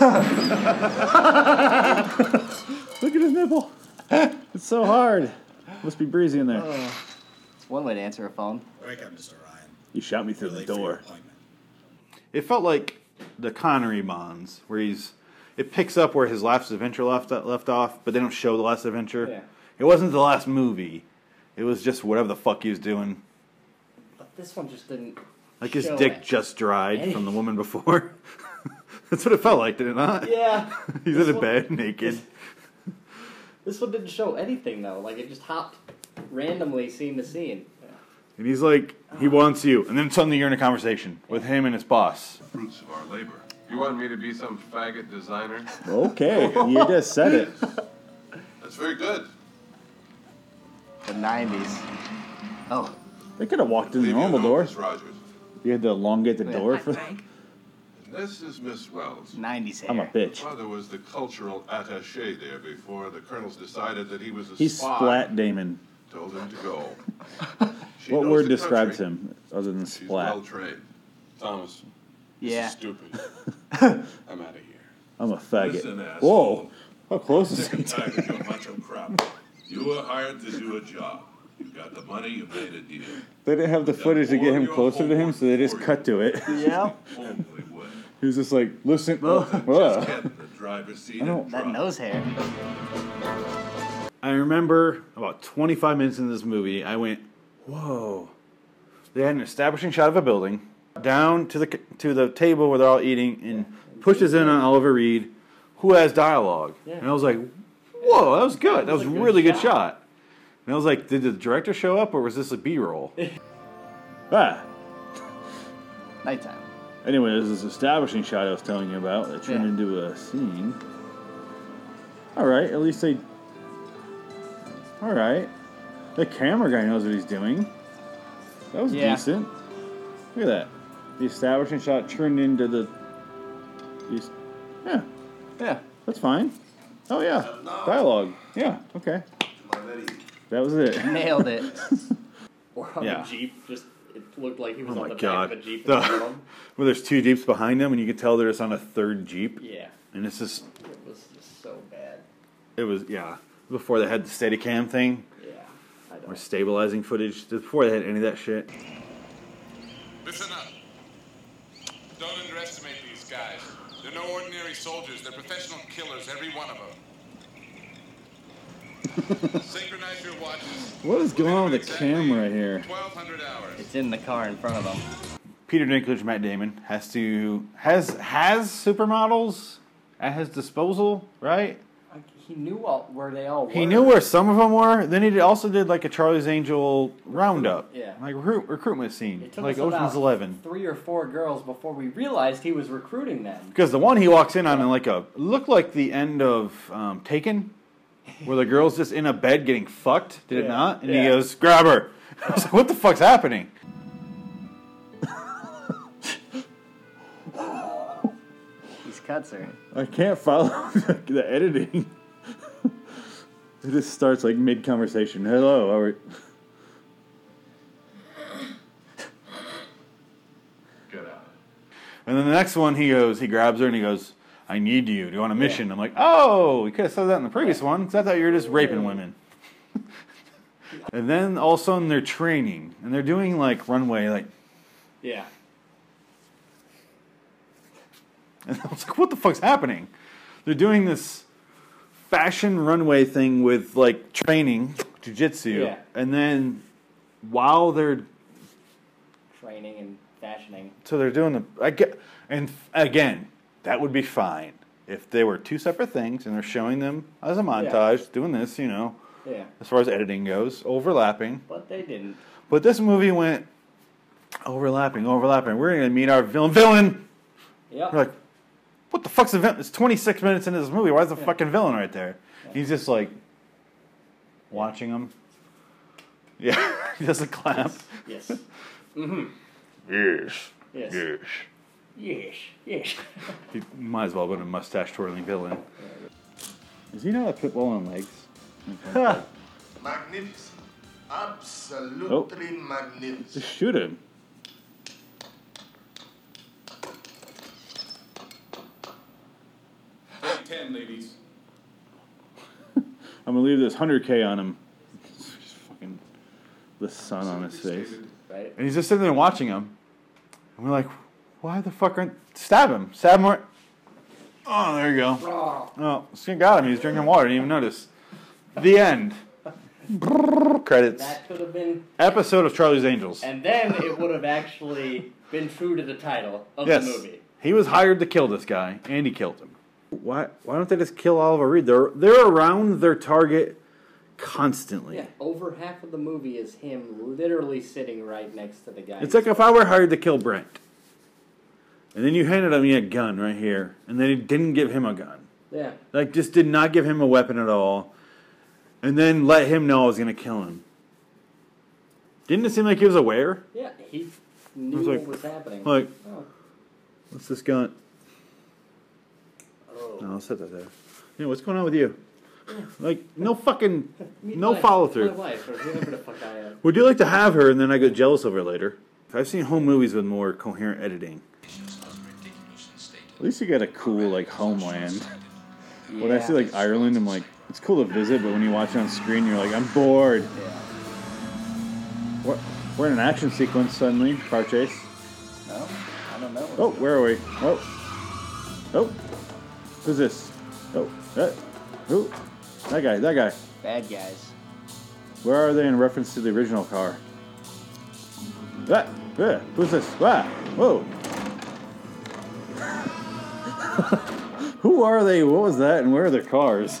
B: Look at his nipple. It's so hard. Must be breezy in there.
C: It's one way to answer a phone.
G: Wake up, Mr. Ryan.
B: You shot me through the
G: Late for your
B: door.
G: appointment.
B: It felt like the Connery Bonds, where he's it picks up where his last adventure left left off, but they don't show the last adventure.
C: Yeah.
B: It wasn't the last movie. It was just whatever the fuck he was doing.
C: But this one just didn't.
B: Like his
C: show
B: dick
C: it.
B: just dried
C: Hey.
B: from the woman before. <laughs> That's what it felt like, did it not?
C: Yeah.
B: <laughs> He's
C: This
B: in a
C: one-
B: bed naked.
C: This one didn't show anything though. Like it just hopped randomly scene to scene.
B: And he's like, he wants you. And then suddenly you're in a conversation with him and his boss.
N: Fruits of our labor. You want me to be some faggot designer?
B: Okay, you just said it.
N: That's very good.
C: The '90s. Oh.
B: They could have walked in the normal door.
N: Miss Rogers.
B: You had to elongate the door for
N: And This is Miss Wells.
C: 90s
B: I'm a hair. bitch.
N: Her father was the cultural attache there before the colonels decided that he was a
B: He
N: spy.
B: splat Damon.
N: Told him to
B: <laughs>
N: go. She
B: What
N: knows
B: word
N: the
B: describes
N: country.
B: him other than
N: She's
B: splat?
N: well trained. Thomas. This
C: Yeah.
B: <laughs>
N: is stupid. I'm out of here.
B: I'm a faggot.
N: Listen,
B: Whoa, how close is
N: Sick
B: he?
N: and tired of
B: to-
N: your macho crap. You were hired to do a job. You got the money. You made a deal.
B: They didn't have the footage to get him closer to him, so they just cut to it. <laughs>
C: Yeah.
N: Only way.
B: he was just like, listen. <laughs>
N: Just
B: whoa.
N: get in the driver's seat.
B: I don't-
N: and
C: That nose hair.
B: I remember about 25 minutes into this movie, I went, "Whoa!" They had an establishing shot of a building, down to the to the table where they're all eating, and pushes in on Oliver Reed, who has dialogue. And I was like, "Whoa, that was good. That was, a really good shot." And I was like, "Did the director show up, or was this a <laughs> B-roll?" ah.
C: Nighttime.
B: Anyway, there's this establishing shot I was telling you about that turned
C: Yeah.
B: into a scene. All right, at least they. All right, the camera guy knows what he's doing. That was
C: Yeah.
B: decent. Look at that. The establishing shot turned into the. the est- Yeah,
C: Yeah.
B: that's fine. Oh yeah, dialogue. Yeah, okay. That was it. <laughs>
C: Nailed it. <laughs> or on
B: Yeah.
C: the jeep, just it looked like he was
B: Oh
C: on
B: my
C: the
B: god.
C: back of
B: <laughs>
C: a jeep.
B: The-
C: and followed him.
B: well, there's two jeeps behind them, and you can tell they're just on a third jeep.
C: Yeah.
B: And it's just
C: It was just so bad.
B: It was yeah. Before they had the Steadicam thing
C: Yeah. I
B: or
C: don't.
B: stabilizing footage. Before they had any of that shit.
O: Listen up. Don't underestimate these guys. They're no ordinary soldiers. They're professional killers, every one of
B: <laughs>
O: them. Synchronize your watches.
B: What is going on with the camera here?
O: 1,200 hours.
C: It's in the car in front of him.
B: Peter Dinklage, Matt Damon has to has has supermodels at his disposal, right?
C: Like, he knew all, where they all were.
B: He knew where some of them were. Then he did, also did like a Charlie's Angel roundup,
C: Yeah.
B: like recruit, recruitment scene,
C: It took
B: like
C: us about
B: Ocean's Eleven.
C: Three or four girls before we realized he was recruiting them.
B: Because the one he walks in on, in like a looked like the end of um, Taken, where the girl's just in a bed getting fucked. Did it
C: Yeah,
B: not? And he <laughs>
C: yeah.
B: goes, "Grab her." I was like, "What the fuck's happening?"
C: cuts are.
B: I can't follow <laughs> the editing. <laughs> it just starts like mid conversation. Hello, how are you?
N: Get out.
B: And then the next one, he goes, he grabs her and he goes, I need you. Do you want a mission? I'm like, oh, we could have said that in the previous one because I thought you were just raping women. <laughs> and then all of a sudden they're training and they're doing like runway, like, <laughs>
C: Yeah.
B: and I was like, what the fuck's happening? They're doing this fashion runway thing with like training, jujitsu.
C: Yeah.
B: And then while they're
C: Training and fashioning.
B: So they're doing the I get, and f- again, that would be fine if they were two separate things and they're showing them as a montage doing this, you know,
C: Yeah.
B: as far as editing goes, overlapping.
C: But they didn't.
B: But this movie went overlapping, overlapping. We're going to meet our villain. Villain.
C: Yep.
B: We're like, what the fuck's the villain? It's 26 minutes into this movie. Why's the fucking villain right there? He's just like watching him. Yeah, <laughs> he doesn't clap. <laughs>
C: Yes. mm-hmm.
B: Yes.
C: Yes.
B: Yes.
C: Yes. Yes.
B: He might as well have been a mustache twirling villain. Is he not a pit bull on legs?
P: <laughs> Magnificent. Absolutely magnificent.
B: Oh. Just shoot him.
N: Take ten, ladies.
B: I'm gonna leave this 100k on him. Just fucking the sun on his face.
C: Right.
B: And he's just sitting there watching him. And we're like, why the fuck aren't. Stab him. Stab him. Right... Oh, there you go. Oh, skin got him. He was drinking water. Didn't even notice. The
C: <laughs>
B: end. Brrrr, Credits.
C: That could have been.
B: Episode of Charlie's Angels.
C: And then it would have actually been true to the title of
B: yes.
C: the movie.
B: He was hired to kill this guy, and he killed him. Why? Why don't they just kill Oliver Reed? They're they're around their target constantly.
C: Yeah, over half of the movie is him literally sitting right next to the guy.
B: It's like if I were hired to kill Brent, and then you handed him a gun right here, and then he didn't give him a gun.
C: Yeah.
B: Like just did not give him a weapon at all, and then let him know I was gonna kill him. Didn't it seem like he was aware?
C: Yeah, he knew
B: was like-
C: what was happening.
B: like-
C: oh,
B: What's this gun?
C: Oh.
B: No, I'll set that there. Yeah, what's going on with you? Like no fucking
C: meet
B: no
C: my-
B: follow through.
C: My wife, or whoever the fuck I am.
B: Would you like to have her and then I get jealous of her later? I've seen home movies with more coherent editing. At least you got a cool like homeland. When I see like Ireland, I'm like, it's cool to visit, but when you watch it on screen, you're like, I'm bored. We're, we're in an action sequence suddenly, car chase.
E: No, I don't know.
B: Oh, where are we? Oh, oh, who's this? Oh, that, who? That guy, that guy.
C: Bad guys.
B: Where are they in reference to the original car? Ah, ah, who's this? Ah, whoa. <laughs> Who are they? What was that? And where are their cars? <laughs>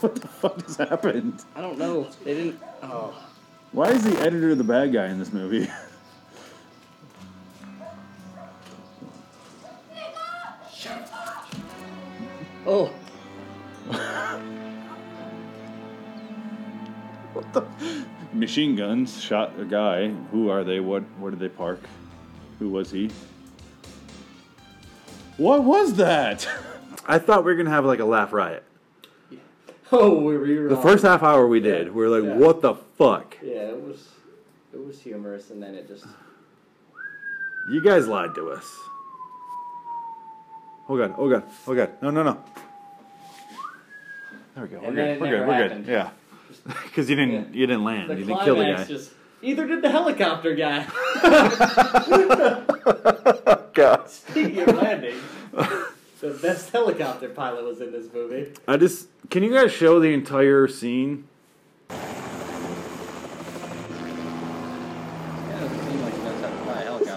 B: what the fuck just happened?
C: <laughs> I don't know. They didn't. Oh.
B: Why is the editor the bad guy in this movie? <laughs>
C: Oh. <laughs>
B: what the? Machine guns shot a guy. Who are they? What? Where did they park? Who was he? What was that? <laughs> I thought we were gonna have like a laugh riot.
C: Oh, we were
B: The first half hour we did, we were like,
C: Yeah.
B: what the fuck?
C: Yeah, it was. It was humorous, and then it just.
B: You guys lied to us. Oh god, oh god, oh god. No, no, no. There we go. We're
C: And then
B: good.
C: it
B: We're good.
C: never
B: We're
C: happened.
B: good. Yeah. <laughs> Because you didn't you didn't land.
C: The
B: you didn't
C: climax
B: kill the guy.
C: just. Either did the helicopter guy. <laughs>
B: God.
C: Speaking
B: <laughs>
C: of landing, the best helicopter pilot was in this movie.
B: I just can you guys show the entire scene?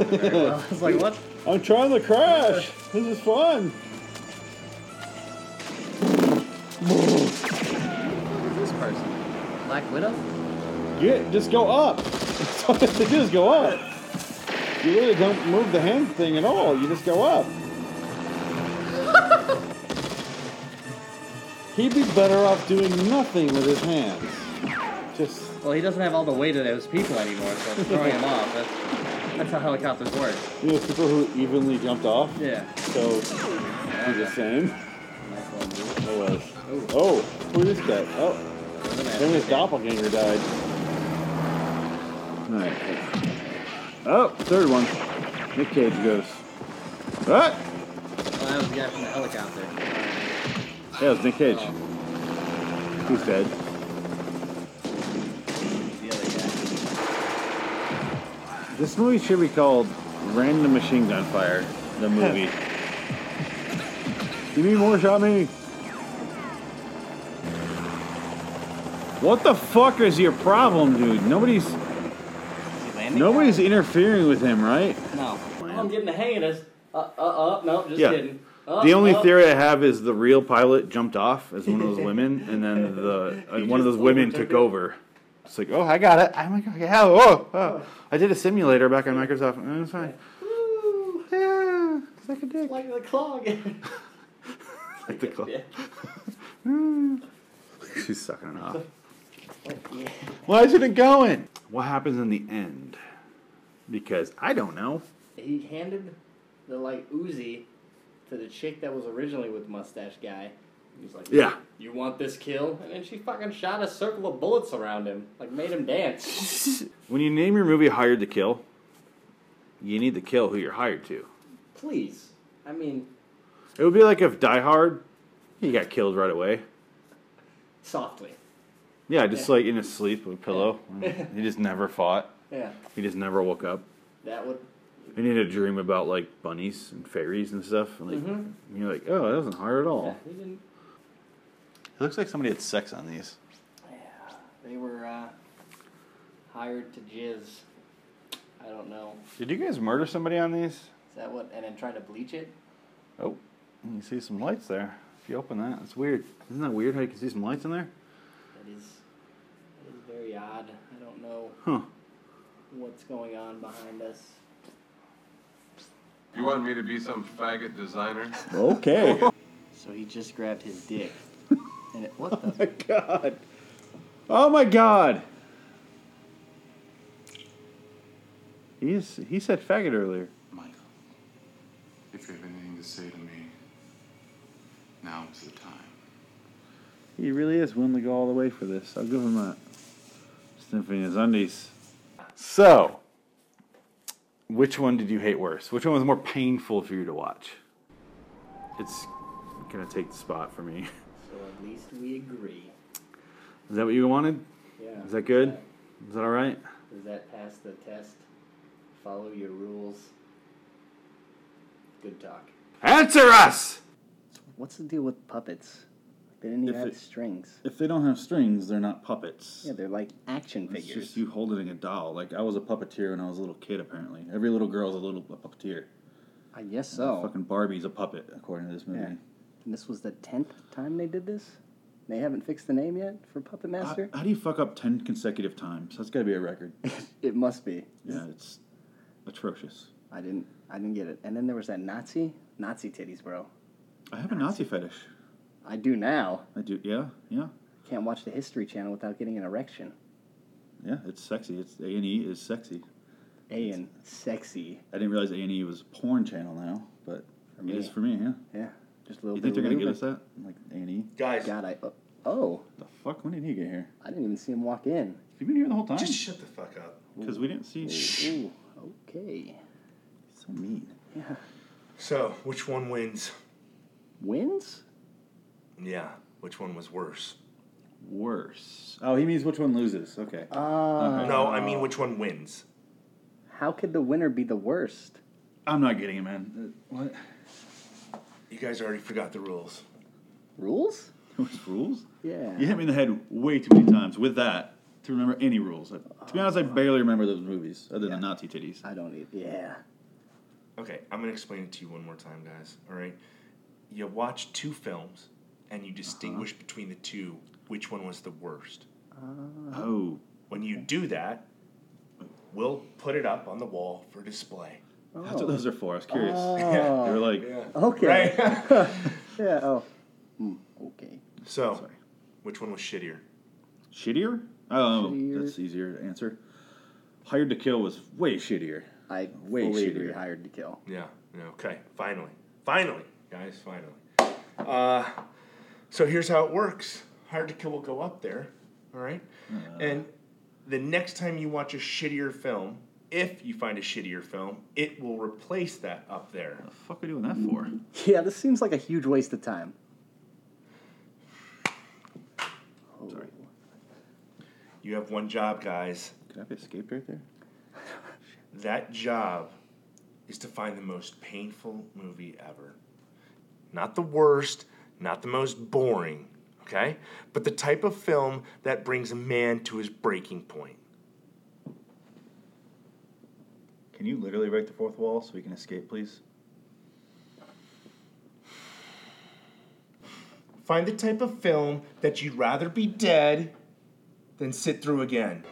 B: <laughs>
E: I was like, what?
B: I'm trying to crash. This is fun.
E: This person. Black Widow?
B: Yeah, just go up. <laughs> That's all you have to do is go up. You really don't move the hand thing at all. You just go up. He'd be better off doing nothing with his hands. Just
E: Well, he doesn't have all the weight
B: <laughs>
E: of those people anymore, so throwing him off. That's, that's how helicopters work.
B: you know, people who evenly jumped off.
E: Yeah.
B: so he's the same. It was. Oh, who is that? Oh, then his doppelganger died. All right. Oh, third one. Nick Cage goes. What?
C: Oh, that was the guy from the helicopter.
B: Yeah, it was Nick Cage. He's dead.
C: The other guy.
B: This movie should be called Random Machine Gun Fire, the movie. Give me more shot me. What the fuck is your problem, dude? Nobody's nobody's interfering with him, right?
C: No.
Q: I'm getting the hang of this. Uh, uh, uh, no, just
B: Yeah.
Q: kidding. Uh,
B: the only
Q: uh,
B: theory I have is the real pilot jumped off as one of those women, and then the uh, one of those women took over. It's like, oh, I got it. I'm like, okay, oh, oh, oh. I did a simulator back on Microsoft. Mm, It's fine. Yeah, it's like a dick.
C: Like the clog.
B: Like the cl-
C: <laughs> Yeah.
B: She's sucking it off.
C: Yeah.
B: Why isn't it going? What happens in the end? Because I don't know.
C: He handed the like Uzi to the chick that was originally with Mustache Guy. He's like,
B: Yeah.
C: you want this kill? And then she fucking shot a circle of bullets around him, like made him dance.
B: When you name your movie Hired to Kill, you need to kill who you're hired to.
C: Please, I mean,
B: It would be like if Die Hard, he got killed right away.
C: softly.
B: Yeah, just
C: Yeah.
B: like in his sleep with a pillow. <laughs> he just never fought.
C: Yeah,
B: He just never woke up.
C: that would.
B: And he had a dream about like bunnies and fairies and stuff. And, like,
C: Mhm.
B: and you're like, oh, that wasn't hard at all.
C: He didn't.
B: It looks like somebody had sex on these.
C: They were uh, hired to jizz. I don't know.
B: Did you guys murder somebody on these?
C: Is that what? And then try to bleach it.
B: Oh, you can see some lights there. If you open that, it's weird. Isn't that weird how you can see some lights in there?
C: That is, that is very odd. I don't know
B: Huh.
C: what's going on behind us.
R: You want me to be some faggot designer?
B: <laughs> Okay.
C: So he just grabbed his dick. and it, what
B: my
C: the?
B: god. Oh my god. He, is, he said faggot earlier.
N: Michael, if you have anything to say to me, now's the time.
B: He really is willing to go all the way for this. I'll give him that. Sniffing his undies. So, which one did you hate worse? Which one was more painful for you to watch? It's gonna take the spot for me.
C: So at least we agree.
B: Is that what you wanted?
C: Yeah.
B: Is that good? Is that all right?
C: Does that pass the test? Follow your rules. Good talk.
B: Answer us.
C: What's the deal with puppets? They didn't even
B: If
C: have
B: it-
C: strings.
B: If they don't have strings, they're not puppets.
C: Yeah, they're like action
B: It's
C: figures.
B: just you holding a doll. Like I was a puppeteer when I was a little kid. Apparently, every little girl's a little a puppeteer.
C: I guess so.
B: Fucking Barbie's a puppet, according to this movie.
C: Oh. Yeah. And this was the tenth time they did this. They haven't fixed the name yet for Puppet Master.
B: How do you fuck up ten consecutive times? That's got to be a record.
C: it must be.
B: yeah, it's atrocious.
C: I didn't. I didn't get it. And then there was that Nazi. Nazi titties, bro.
B: I have a Nazi fetish.
C: I do now.
B: I do. Yeah, yeah,
C: Can't watch the History Channel without getting an erection.
B: yeah. It's sexy. It's A and E is sexy.
C: A and sexy.
B: I didn't realize A and E was a porn channel now, but
C: me.
B: it is for me. Yeah.
C: Yeah. Just a little
B: You
C: bit.
B: think they're
C: of
B: gonna give
C: lube
B: us that? Like A and E?
C: and- God, I. Oh,
B: The fuck? When did he get here?
C: I didn't even see him walk in.
B: You've been here the whole time.
D: Just shut the fuck up.
B: Because we didn't see.
C: Ooh. Okay.
B: So mean.
C: Yeah.
D: So, which one wins?
C: Wins?
D: Yeah, which one was worse?
B: Worse. Oh, he means which one loses. Okay.
C: Uh,
D: No, I mean which one wins.
C: How could the winner be the worst?
B: I'm not getting it, <laughs> man. Uh, What?
D: You guys already forgot the rules.
C: Rules?
B: Those rules?
C: Yeah.
B: You hit me in the head way too many times with that to remember any rules. I- To be honest, I barely remember those movies other than Nazi titties.
C: I don't need. Yeah.
D: Okay, I'm gonna explain it to you one more time, guys. All right, you watch two films and you
B: Uh-huh.
D: distinguish between the two. Which one was the worst?
B: Oh,
D: When you do that, we'll put it up on the wall for display.
B: that's what those are for. I was curious. <laughs>
C: Oh.
B: They were like, "Oh."
C: Okay.
D: Right? <laughs>
C: yeah. Oh. Hmm, okay.
D: so, which one was shittier?
B: shittier? Oh,
C: Shittier.
B: that's easier to answer. Hired to Kill was way shittier.
C: I
B: Way
C: fully
B: shittier.
C: agree. Hired to kill. <laughs>
D: Yeah. yeah, Okay. Finally, Finally, guys, finally. Uh, so here's how it works. Hard to Kill will go up there, all right? and the next time you watch a shittier film, if you find a shittier film, it will replace that up there. What the
B: fuck are we doing that for?
E: Yeah, this seems like a huge waste of time.
D: Sorry. You have one job, guys.
B: Could I have escaped right there?
D: That job is to find the most painful movie ever. Not the worst, not the most boring, okay? But the type of film that brings a man to his breaking point.
B: Can you literally break the fourth wall so we can escape, please?
D: Find the type of film that you'd rather be dead than sit through again.